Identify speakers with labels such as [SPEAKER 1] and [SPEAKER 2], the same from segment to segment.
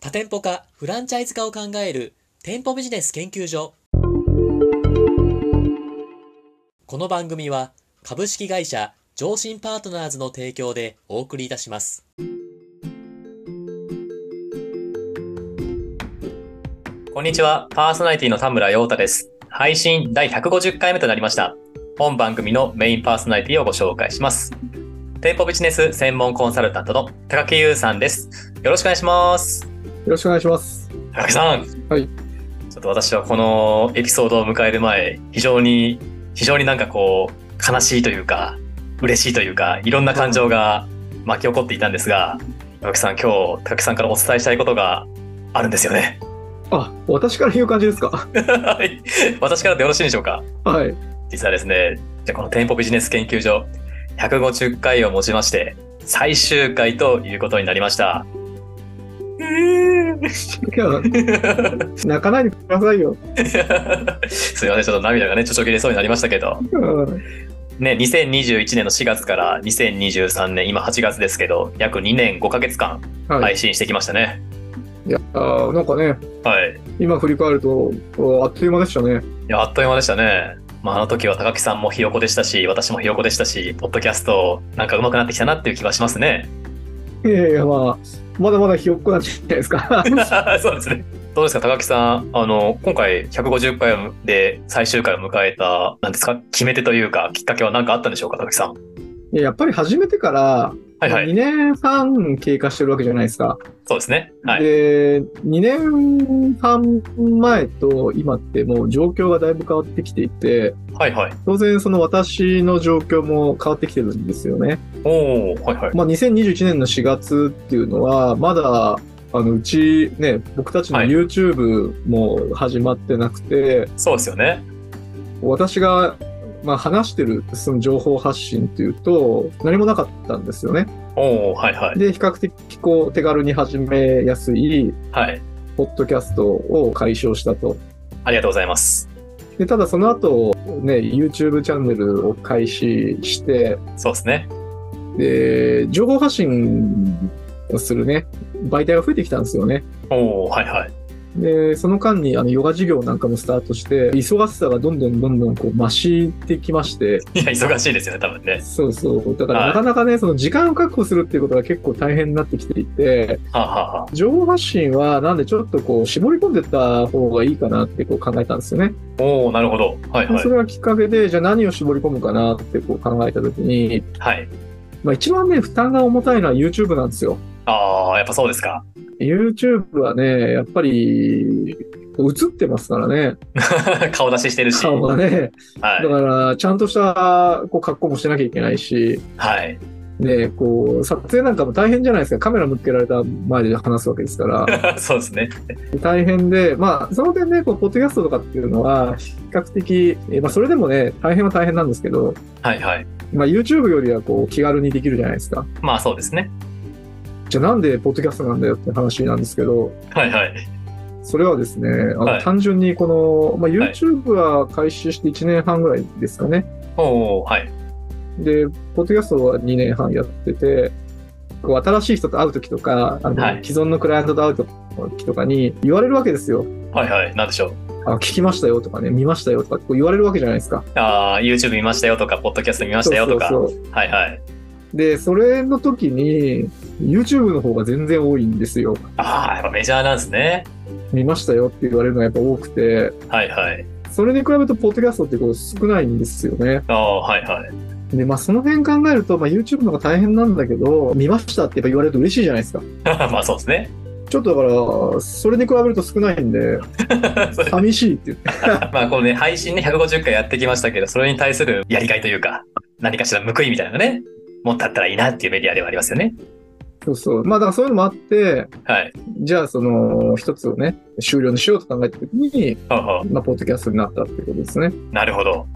[SPEAKER 1] 多店舗化、フランチャイズ化を考える店舗ビジネス研究所。この番組は株式会社上信パートナーズの提供でお送りいたします。
[SPEAKER 2] こんにちは。パーソナリティの田村陽太です。配信第150回目となりました。本番組のメインパーソナリティをご紹介します。店舗ビジネス専門コンサルタントの高木優さんです。よろしくお願いします。
[SPEAKER 3] よろしくお願いします。
[SPEAKER 2] 高木さん。
[SPEAKER 3] はい
[SPEAKER 2] ちょっと私はこのエピソードを迎える前、非常に、非常になんかこう、悲しいというか、嬉しいというか、いろんな感情が巻き起こっていたんですが、高木さん、今日、高木さんからお伝えしたいことがあるんですよね。
[SPEAKER 3] あ、私から言う感じですか。
[SPEAKER 2] はい私からでよろしいでしょうか
[SPEAKER 3] はい。
[SPEAKER 2] 実はですね、じゃあこの店舗ビジネス研究所、150回をもちまして、最終回ということになりました。
[SPEAKER 3] いや泣かないでくださいよ。
[SPEAKER 2] すいません、ちょっと涙がね、ちょちょぎれそうになりましたけど、
[SPEAKER 3] うん
[SPEAKER 2] ね、2021年の4月から2023年、今8月ですけど、約2年5ヶ月間
[SPEAKER 3] はい。い、
[SPEAKER 2] 配信してきましたね。
[SPEAKER 3] やー、なんかね、
[SPEAKER 2] はい。い
[SPEAKER 3] 今振り返ると、あっという間でしたね。
[SPEAKER 2] や、あっという間でしたね。まあ、あの時は高木さんもひよこでしたし、私もひよこでしたし、ポッドキャスト、なんか上手くなってきたなっていう気はします ね。
[SPEAKER 3] いやいや、まあ、まだまだひよっこなんじゃないですか。
[SPEAKER 2] そうですね。どうですか、高木さん。あの、今回150回で最終回を迎えた、なんですか、決め手というか、きっかけは何かあったんでしょうか、高木さん。
[SPEAKER 3] いややっぱり始めてから、
[SPEAKER 2] はいはい。
[SPEAKER 3] 2年半経過してるわけじゃないですか。
[SPEAKER 2] そうですね。はい。
[SPEAKER 3] で、2年半前と今ってもう状況がだいぶ変わってきていて、
[SPEAKER 2] はいはい。
[SPEAKER 3] 当然その私の状況も変わってきてるんですよね。
[SPEAKER 2] おおはいはい。
[SPEAKER 3] まあ、2021年の4月っていうのは、まだ、あのうちね、僕たちの
[SPEAKER 2] はい
[SPEAKER 3] YouTube も始まってなくて、
[SPEAKER 2] そうですよね。
[SPEAKER 3] 私が、まあ、話してるその情報発信っていうと、何もなかったんですよね。
[SPEAKER 2] おおはいはい。
[SPEAKER 3] で、比較的こう手軽に始めやすい、
[SPEAKER 2] はい。
[SPEAKER 3] ポッドキャストを解消したと。
[SPEAKER 2] ありがとうございます。
[SPEAKER 3] で、ただその後、ね、YouTube チャンネルを開始して、
[SPEAKER 2] そうですね。
[SPEAKER 3] で、情報発信をするね、媒体が増えてきたんですよね。
[SPEAKER 2] おおはい はい。
[SPEAKER 3] で、その間にあのヨガ事業なんかもスタートして、忙しさがどんどんどんどんこう増してきまして、
[SPEAKER 2] いや、忙しいですよね、多分ね。
[SPEAKER 3] そうそう。だか
[SPEAKER 2] はい
[SPEAKER 3] らなかなかね、その時間を確保するっていうことが結構大変になってきていて、
[SPEAKER 2] はあ、はあはあ、
[SPEAKER 3] 情報発信はなんでちょっとこう絞り込んでった方がいいかなってこう考えたんですよね。
[SPEAKER 2] おおなるほど。はい
[SPEAKER 3] で
[SPEAKER 2] はい
[SPEAKER 3] そ。れがきっかけで、じゃあ何を絞り込むかなってこう考えた時に、
[SPEAKER 2] はい。
[SPEAKER 3] まあ一番ね、負担が重たいのは YouTube なんですよ。
[SPEAKER 2] ああ、やっぱそうですか。
[SPEAKER 3] YouTube はね、やっぱり、映ってますからね、
[SPEAKER 2] 顔出ししてるし。
[SPEAKER 3] 顔がね。
[SPEAKER 2] はい。
[SPEAKER 3] だから、ちゃんとしたこう格好もしなきゃいけないし、
[SPEAKER 2] はい。
[SPEAKER 3] ね、こう、撮影なんかも大変じゃないですか。カメラ向けられた前で話すわけで すから、
[SPEAKER 2] そうですね。
[SPEAKER 3] 大変で、まあ、その点ね、こう、ポッドキャストとかっていうのは、比較的、えまあ、それでもね、大変は大変なんですけど、
[SPEAKER 2] はいはい。
[SPEAKER 3] まあ、YouTube よりはこう、気軽にできるじゃないですか。
[SPEAKER 2] まあそうですね。
[SPEAKER 3] じゃあなんでポッドキャストなんだよって話なんですけど、
[SPEAKER 2] はいはい。
[SPEAKER 3] それはですね、あの
[SPEAKER 2] はい
[SPEAKER 3] 単純にこの、まあ、
[SPEAKER 2] はい
[SPEAKER 3] YouTube は開始して1年半ぐらいですかね。
[SPEAKER 2] おおはい。
[SPEAKER 3] で、ポッドキャストは2年半やってて、こう新しい人と会うときとか、あの
[SPEAKER 2] はい
[SPEAKER 3] 既存のクライアントと会うときとかに言われるわけですよ。
[SPEAKER 2] はいはい。なんでしょう。
[SPEAKER 3] あ聞きましたよとかね、見ましたよとかこう言われるわけじゃないですか。
[SPEAKER 2] ああ、YouTube 見ましたよとか、ポッドキャスト見ましたよとか。
[SPEAKER 3] そうそうそ
[SPEAKER 2] はいはい。
[SPEAKER 3] うで、それの時に、YouTube の方が全然多いんですよ。
[SPEAKER 2] ああ、やっぱメジャーなんですね。
[SPEAKER 3] 見ましたよって言われるのがやっぱ多くて、
[SPEAKER 2] はいはい。
[SPEAKER 3] それに比べると、ポッドキャストってこう少ないんですよね。
[SPEAKER 2] ああ、はいはい。
[SPEAKER 3] で、まあ、その辺考えると、まあ、YouTube の方が大変なんだけど、見ましたってやっぱ言われると嬉しいじゃないですか。
[SPEAKER 2] まあそうですね。
[SPEAKER 3] ちょっとだから、それに比べると少ないんで、
[SPEAKER 2] それ
[SPEAKER 3] 寂しいっていう
[SPEAKER 2] まあこのね、配信ね、150回やってきましたけど、それに対するやりがいというか、何かしら報いみたいなのがね、もっとあったらいいなっていうメディアではありますよね。
[SPEAKER 3] そうそう。まあ、だからそういうのもあって、
[SPEAKER 2] はい。
[SPEAKER 3] じゃあ、その、一つをね、終了にしようと考えたときに、
[SPEAKER 2] ほうほ
[SPEAKER 3] まあ、ポッドキャストになったってことですね。
[SPEAKER 2] うなるほど。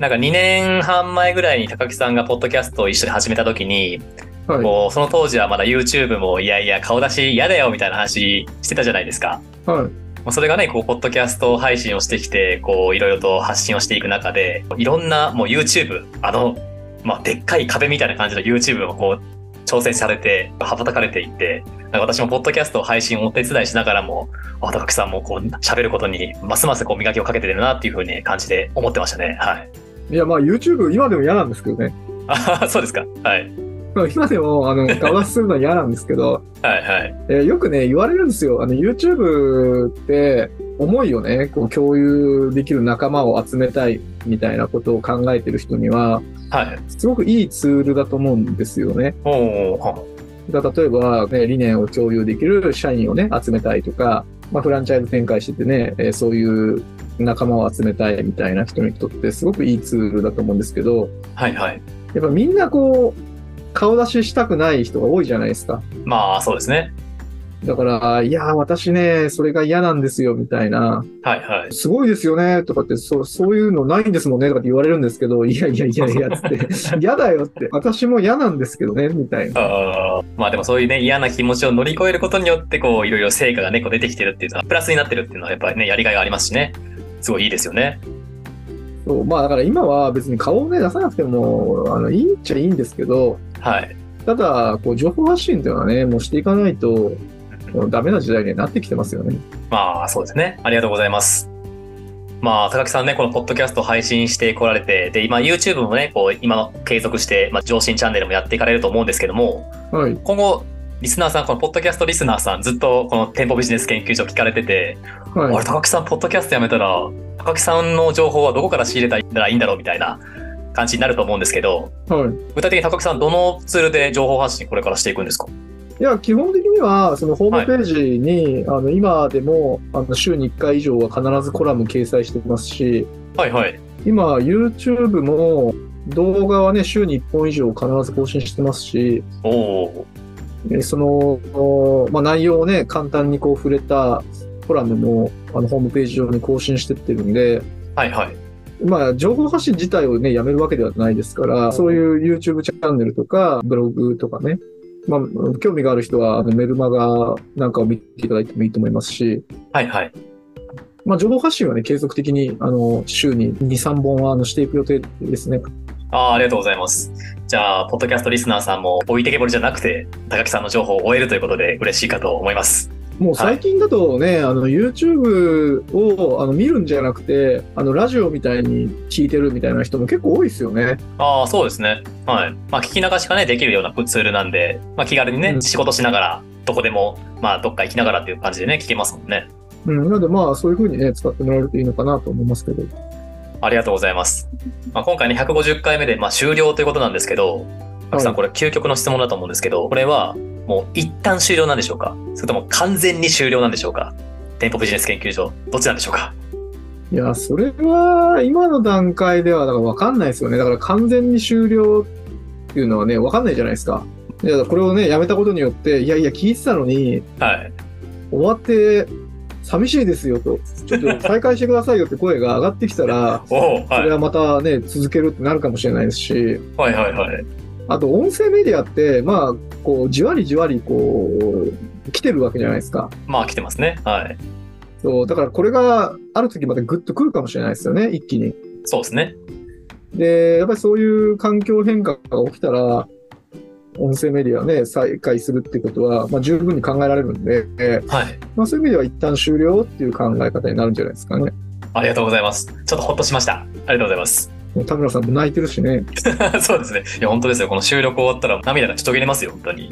[SPEAKER 2] なんか2年半前ぐらいに高木さんがポッドキャストを一緒に始めた時に、
[SPEAKER 3] はい。
[SPEAKER 2] こうその当時はまだ YouTube もいやいや顔出し嫌だよみたいな話してたじゃないですか。
[SPEAKER 3] はい。
[SPEAKER 2] まあそれがね、こう、ポッドキャスト配信をしてきて、こう、いろいろと発信をしていく中で、いろんな、もう YouTube、あの、まあ、でっかい壁みたいな感じの YouTube をこう、挑戦されて、羽ばたかれていって、なんか私もポッドキャスト配信をお手伝いしながらも、あ高木さんもこう喋ることにますますこう磨きをかけてるなっていうふうに感じで思ってましたね。はい。
[SPEAKER 3] いや、まあ YouTube 今でも嫌なんですけどね。
[SPEAKER 2] あははそうですか。はい。
[SPEAKER 3] まあ今でも、あの、顔出しするのは嫌なんですけど、
[SPEAKER 2] はいはい。
[SPEAKER 3] えーよくね、言われるんですよ。あの、YouTube って、思いをね、こう共有できる仲間を集めたいみたいなことを考えてる人には、
[SPEAKER 2] はい。
[SPEAKER 3] すごくいいツールだと思うんですよね。
[SPEAKER 2] おーは
[SPEAKER 3] だ例えば、ね、理念を共有できる社員をね、集めたいとか、まあ、フランチャイズ展開しててね、えーそういう仲間を集めたいみたいな人にとってすごくいいツールだと思うんですけど、
[SPEAKER 2] はいはい。
[SPEAKER 3] やっぱみんなこう、顔出ししたくない人が多いじゃないですか。
[SPEAKER 2] まあそうですね。
[SPEAKER 3] だから、いやー、私ね、それが嫌なんですよ、みたいな。
[SPEAKER 2] はいはい。
[SPEAKER 3] すごいですよね、とかって、そう、そういうのないんですもんね、とかって言われるんですけど、いやいやいやいや、つって、嫌だよって、私も嫌なんですけどね、みたいな。
[SPEAKER 2] あーまあでもそういうね嫌な気持ちを乗り越えることによってこういろいろ成果がねこう出てきてるっていうのはプラスになってるっていうのはやっぱりねやりがいがありますしねすごいいいですよね
[SPEAKER 3] そう、まあだから今は別に顔をね、出さなくても、あの、いいっちゃいいんですけど、
[SPEAKER 2] はい
[SPEAKER 3] ただ、こう、情報発信っていうのはね、もうしていかないと、もうダメな時代になってきてますよね。
[SPEAKER 2] まあそうですねありがとうございますまあ高木さんねこのポッドキャスト配信してこられてで今 YouTube もねこう今継続して、まあ、上進チャンネルもやっていかれると思うんですけども
[SPEAKER 3] はい。
[SPEAKER 2] 今後リスナーさんこのポッドキャストリスナーさんずっとこの店舗ビジネス研究所聞かれててあ
[SPEAKER 3] は
[SPEAKER 2] れ、高木さん、ポッドキャストやめたら、高木さんの情報はどこから仕入れたらいいんだろうみたいな感じになると思うんですけど、
[SPEAKER 3] い。はい。
[SPEAKER 2] 具体的に高木さん、どのツールで情報発信、これからしていくんですか
[SPEAKER 3] いや、基本的には、そのホームページに、あの、今でも、あの、週に1回以上は必ずコラム掲載してますし、
[SPEAKER 2] はいはい。
[SPEAKER 3] 今、YouTube も、動画はね、週に1本以上必ず更新してますし、
[SPEAKER 2] おお
[SPEAKER 3] えーその、おまあ、内容をね、簡単にこう触れたコラムも、あの、ホームページ上に更新してってるんで、
[SPEAKER 2] はいはい。
[SPEAKER 3] まあ、情報発信自体をね、やめるわけではないですから、そういう YouTube チャンネルとか、ブログとかね、まあ、興味がある人は、あのメルマガなんかを見ていただいてもいいと思いますし、
[SPEAKER 2] はいはい。
[SPEAKER 3] まあ、情報発信はね、継続的に、あの、週に2、3本は、あの、していく予定ですね。
[SPEAKER 2] あーありがとうございます。じゃあ、ポッドキャストリスナーさんも置いてけぼりじゃなくて、高木さんの情報を終えるということで嬉しいかと思います。
[SPEAKER 3] もう最近だとね、あの、YouTube を、あの、見るんじゃなくて、あの、ラジオみたいに聞いてるみたいな人も結構多いですよね。
[SPEAKER 2] ああ、そうですね。はい。まあ、聞き流しがね、できるようなツールなんで、まあ、気軽にね、
[SPEAKER 3] うん
[SPEAKER 2] 仕事しながら、どこでも、まあ、どっか行きながらっていう感じでね、聞けますもんね。
[SPEAKER 3] うん、なのでまあ、そういうふうにね、使ってもらえるといいのかなと思いますけど。
[SPEAKER 2] ありがとうございます。まあ、今回ね、150回目で、まあ、終了ということなんですけど、たくさ
[SPEAKER 3] は
[SPEAKER 2] ん
[SPEAKER 3] い
[SPEAKER 2] これ究極の質問だと思うんですけど、これはもう一旦終了なんでしょうかそれとも完全に終了なんでしょうか店舗ビジネス研究所、どっちなんでしょうか
[SPEAKER 3] いや、それは、今の段階では、だから分かんないですよね。だから完全に終了っていうのはね、分かんないじゃないですか。いや、これをね、やめたことによって、いやいや、聞いてたのに、
[SPEAKER 2] はい。、
[SPEAKER 3] 終わって、寂しいですよと、ちょっと再開してくださいよって声が上がってきたら
[SPEAKER 2] おお、
[SPEAKER 3] そ
[SPEAKER 2] はい
[SPEAKER 3] れ、はまたね、続けるってなるかもしれないですし、
[SPEAKER 2] はいはいはい。
[SPEAKER 3] あと、音声メディアって、まあ、こう、じわりじわり、こう、来てるわけじゃないですか。
[SPEAKER 2] まあ来てますね。はい。
[SPEAKER 3] そう、だからこれがある時までグッと来るかもしれないですよね、一気に。
[SPEAKER 2] そうですね。
[SPEAKER 3] で、やっぱりそういう環境変化が起きたら、音声メディアをね、再開するってことは、まあ、十分に考えられるんで、
[SPEAKER 2] はい。
[SPEAKER 3] まあ、そういう意味では一旦終了っていう考え方になるんじゃないですかね。
[SPEAKER 2] ありがとうございます。ちょっとほっとしました。ありがとうございます。
[SPEAKER 3] もう田村さんも泣いてるしね。
[SPEAKER 2] そうですね。いや、本当ですよ。この収録終わったら涙がちょっとげれますよ、本当に。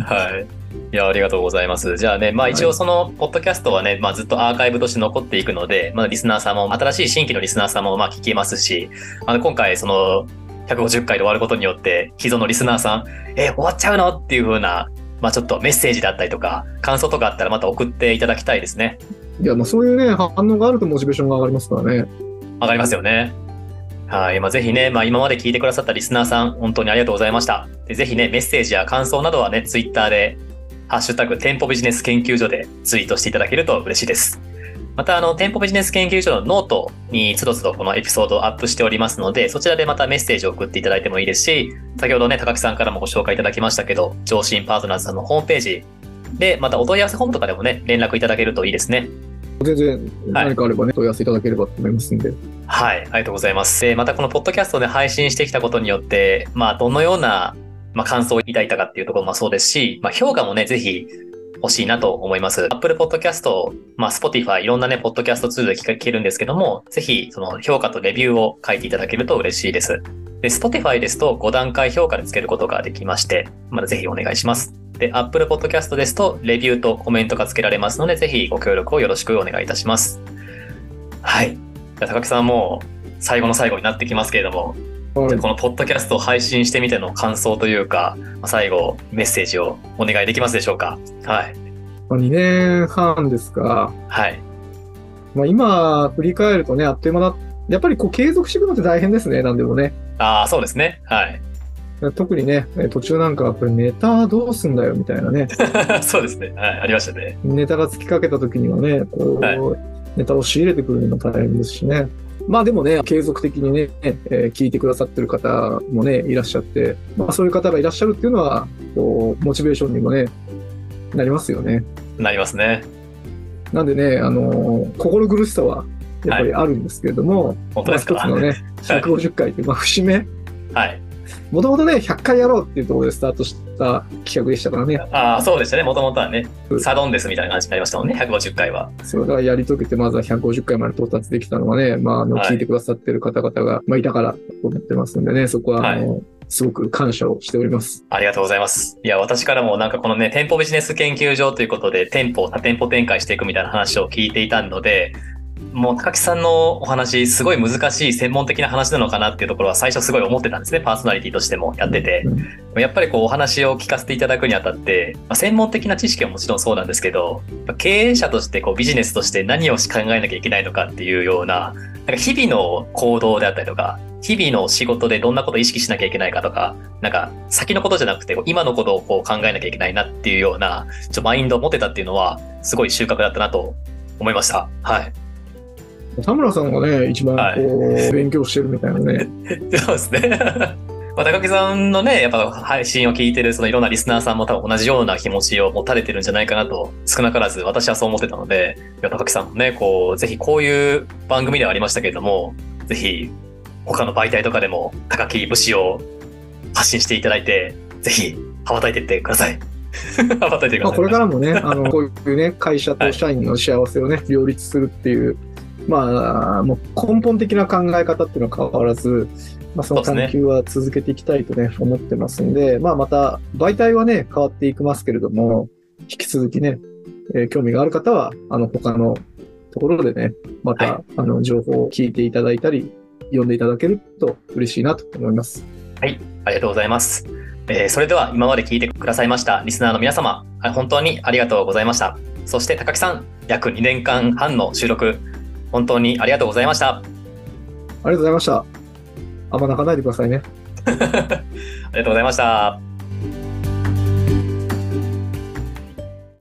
[SPEAKER 2] はい。いや、ありがとうございます。じゃあね、まあ
[SPEAKER 3] はい
[SPEAKER 2] 一応その、ポッドキャストはね、まあずっとアーカイブとして残っていくので、まあリスナーさんも、新しい新規のリスナーさんもまあ聞けますし、あの、今回その、150回で終わることによって、既存のリスナーさん、え、終わっちゃうのっていう風な、まあちょっとメッセージだったりとか、感想とかあったらまた送っていただきたいですね。
[SPEAKER 3] いや、まあそういうね、反応があるとモチベーションが上がりますからね。
[SPEAKER 2] わかりますよね。はい。まあ、ぜひね、まあ、今まで聞いてくださったリスナーさん、本当にありがとうございました。でぜひね、メッセージや感想などはね、ツイッターで、ハッシュタグ、店舗ビジネス研究所でツイートしていただけると嬉しいです。また、あの、店舗ビジネス研究所のノートに、つどつどこのエピソードをアップしておりますので、そちらでまたメッセージを送っていただいてもいいですし、先ほどね、高木さんからもご紹介いただきましたけど、上進パートナーズさんのホームページで、またお問い合わせフォームとかでもね、連絡いただけるといいですね。
[SPEAKER 3] 全然
[SPEAKER 2] はい
[SPEAKER 3] 何かあればね、問い合わせいただければと思いますんで。
[SPEAKER 2] はい、ありがとうございます。でまたこのポッドキャストで配信してきたことによって、まあ、どのようなまあ、感想を抱いたかっていうところもそうですし、まあ、評価もね、ぜひ欲しいなと思います。Apple Podcast、まあ、Spotify、いろんなね、ポッドキャストツールで聞けるんですけども、ぜひ、その評価とレビューを書いていただけると嬉しいです。で、Spotify ですと5段階評価でつけることができまして、まだぜひお願いします。で、Apple Podcast ですと、レビューとコメントがつけられますので、ぜひご協力をよろしくお願いいたします。はい。じゃあ、高木さんもう、最後の最後になってきますけれども、
[SPEAKER 3] はい
[SPEAKER 2] このポッドキャストを配信してみての感想というか、まあ最後、メッセージをお願いできますでしょうか。はい。
[SPEAKER 3] まあ、2年半ですか。
[SPEAKER 2] はい。
[SPEAKER 3] まあ、今、振り返るとね、あっという間だ。やっぱりこう継続していくのって大変ですね、何でもね。
[SPEAKER 2] ああ、そうですね。はい。
[SPEAKER 3] 特にね、え途中なんかはこれネタどうすんだよみたいなね、
[SPEAKER 2] そうですね。はい。ありましたね。
[SPEAKER 3] ネタがつきかけた時にはね、こう、
[SPEAKER 2] はい
[SPEAKER 3] ネタを仕入れてくるのも大変ですしね。まあでもね、継続的にね、えー聞いてくださってる方もね、いらっしゃって、まあそういう方がいらっしゃるっていうのは、こう、モチベーションにもね、なりますよね。
[SPEAKER 2] なりますね。
[SPEAKER 3] なんでね、あのー心苦しさはやっぱりあるんですけれども、
[SPEAKER 2] 本当ですか
[SPEAKER 3] まあ一つのね、150回って、まあ節目、
[SPEAKER 2] はい。
[SPEAKER 3] もともとね、100回やろうっていうところでスタートした企画でしたからね、
[SPEAKER 2] ああ、そうでしたね。もともとはね
[SPEAKER 3] う、ん
[SPEAKER 2] サドンデスみたいな感じになりましたもんね。150回は。
[SPEAKER 3] それがやり遂げて、まずは150回まで到達できたのはね、まあ、あの、
[SPEAKER 2] はい
[SPEAKER 3] 聞いてくださってる方々が、まあ、いたからと思ってますんでね、そこは、あの、すごく感謝をしております。
[SPEAKER 2] ありがとうございます。いや、私からもなんかこのね、店舗ビジネス研究所ということで、店舗を多店舗展開していくみたいな話を聞いていたので、もう高木さんのお話、すごい難しい専門的な話なのかなっていうところは最初すごい思ってたんですね。パーソナリティとしてもやってて。
[SPEAKER 3] うん
[SPEAKER 2] やっぱりこうお話を聞かせていただくにあたって、まあ、専門的な知識はもちろんそうなんですけど、まあ経営者としてこうビジネスとして何を考えなきゃいけないのかっていうような、なんか日々の行動であったりとか、日々の仕事でどんなことを意識しなきゃいけないかとか、なんか先のことじゃなくてこう今のことをこう考えなきゃいけないなっていうような、ちょっとマインドを持てたっていうのは、すごい収穫だったなと思いました。はい。
[SPEAKER 3] 田村さんがね、一番、こ、
[SPEAKER 2] はいう
[SPEAKER 3] 勉強してるみたいなね、
[SPEAKER 2] そうですね。 まあ、高木さんのね、やっぱ配信を聞いてる、そのいろんなリスナーさんも多分同じような気持ちを持たれてるんじゃないかなと、少なからず私はそう思ってたので、いや高木さんもね、こう、ぜひこういう番組ではありましたけれども、ぜひ他の媒体とかでも高木節を発信していただいて、ぜひ羽ばたいてってください。 羽ばたいてくだ
[SPEAKER 3] ま
[SPEAKER 2] さ
[SPEAKER 3] あ、
[SPEAKER 2] い。
[SPEAKER 3] これからもね、あの、こういうね、会社と社員の幸せをね、両立するっていう、まあ、もう根本的な考え方っていうのは変わらず、まあ、その
[SPEAKER 2] そうで
[SPEAKER 3] 探
[SPEAKER 2] す
[SPEAKER 3] 求は続けていきたいとね、思ってますんで、まあ、また、媒体はね、変わっていきますけれども、引き続きね、えー興味がある方は、あの、他のところでね、また、
[SPEAKER 2] は
[SPEAKER 3] あの、情報を聞いていただいたり、読んでいただけると嬉しいなと思います。
[SPEAKER 2] ありがとうございます。えーそれでは今まで聞いてくださいましたリスナーの皆様、あ本当にありがとうございました。そして高木さん、約2年間半の収録、本当にありがとうございました。
[SPEAKER 3] ありがとうございました。あんま泣かないでくださいね。
[SPEAKER 2] ありがとうございました。